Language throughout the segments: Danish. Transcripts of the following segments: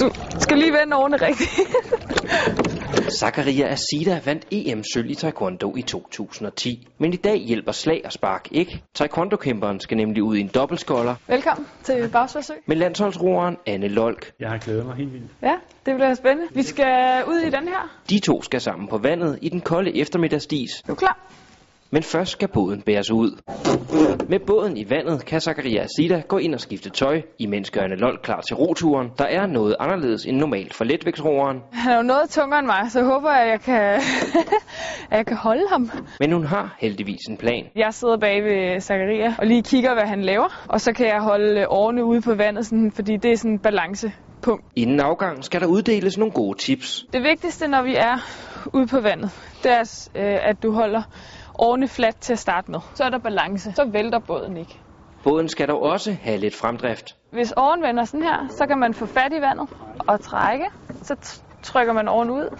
Du skal lige vende årene rigtigt. Zakaria Asida vandt EM-sølv i taekwondo i 2010. Men i dag hjælper slag og spark ikke. Taekwondo-kæmperen skal nemlig ud i en dobbeltskolder Velkommen til Bagsværsø. med landsholdsroeren Anne Lolk. Jeg har glædet mig helt vildt. Ja, det bliver spændende. Vi skal ud i den her. De to skal sammen på vandet i den kolde eftermiddagsdis, Er du klar? men først skal båden bæres ud. Med båden i vandet kan Zakaria Asida gå ind og skifte tøj, imens gør Anne Lolk klar til roturen, der er noget anderledes end normalt for letvægtsroeren. Han er jo noget tungere end mig, så jeg håber, at jeg kan, at jeg kan holde ham. Men hun har heldigvis en plan. Jeg sidder bag ved Zakaria og lige kigger, hvad han laver. Og så kan jeg holde årene ude på vandet, sådan, fordi det er sådan en balancepunkt. Inden afgang skal der uddeles nogle gode tips. Det vigtigste, når vi er ude på vandet, det er, øh, at du holder årene fladt til at starte med. Så er der balance. Så vælter båden ikke. Båden skal dog også have lidt fremdrift. Hvis åren vender sådan her, så kan man få fat i vandet og trække. Så t- trykker man åren ud,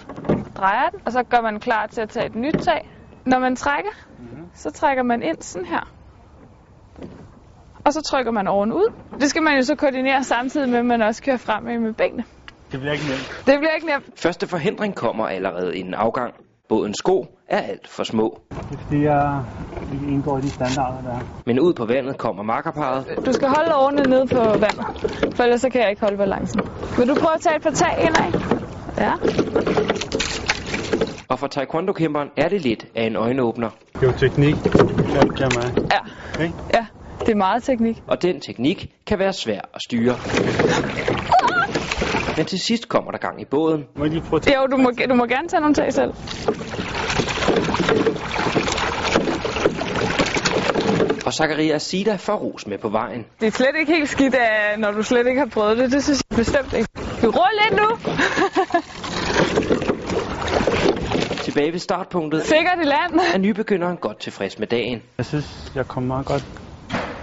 drejer den, og så gør man klar til at tage et nyt tag. Når man trækker, Mhm. så trækker man ind sådan her. Og så trykker man åren ud. Det skal man jo så koordinere samtidig med, at man også kører fremad med benene. Det bliver ikke nemt. Det bliver ikke nemt. Første forhindring kommer allerede inden afgang. Bådens sko er alt for små. Det er fordi, jeg ikke indgår i de standarder, der er. Men ud på vandet kommer makkerparet. Du skal holde årene nede på vandet, for ellers så kan jeg ikke holde balancen. Vil du prøve at tage et par tag indad? Ja. Og for taekwondo-kæmperen er det lidt af en øjenåbner. Det er jo teknik, der bliver mig. Ja. Okay. Ja. Det er meget teknik. Og den teknik kan være svær at styre. Men til sidst kommer der gang i båden. Må jeg lige prøve at tage? Jo, du må, du må gerne tage nogle tag selv. Og Zakaria Sida får ros med på vejen. Det er slet ikke helt skidt, øh, når du slet ikke har prøvet det. Det synes jeg bestemt ikke. Du ruller lidt nu. Tilbage ved startpunktet Sikkert i land. er nybegynderen godt tilfreds med dagen. Jeg synes, jeg kom meget godt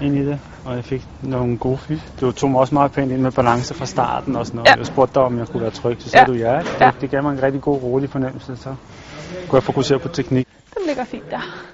ind i det, og jeg fik nogle gode fif. Du tog mig også meget pænt ind med balance fra starten og sådan noget. Ja. Ja. Jeg spurgte dig, om jeg kunne være tryg, så sagde Ja. du ja. ikke? Ja. Det, det gav mig en rigtig god, rolig fornemmelse, så kunne jeg fokusere på teknik. Den ligger fint der.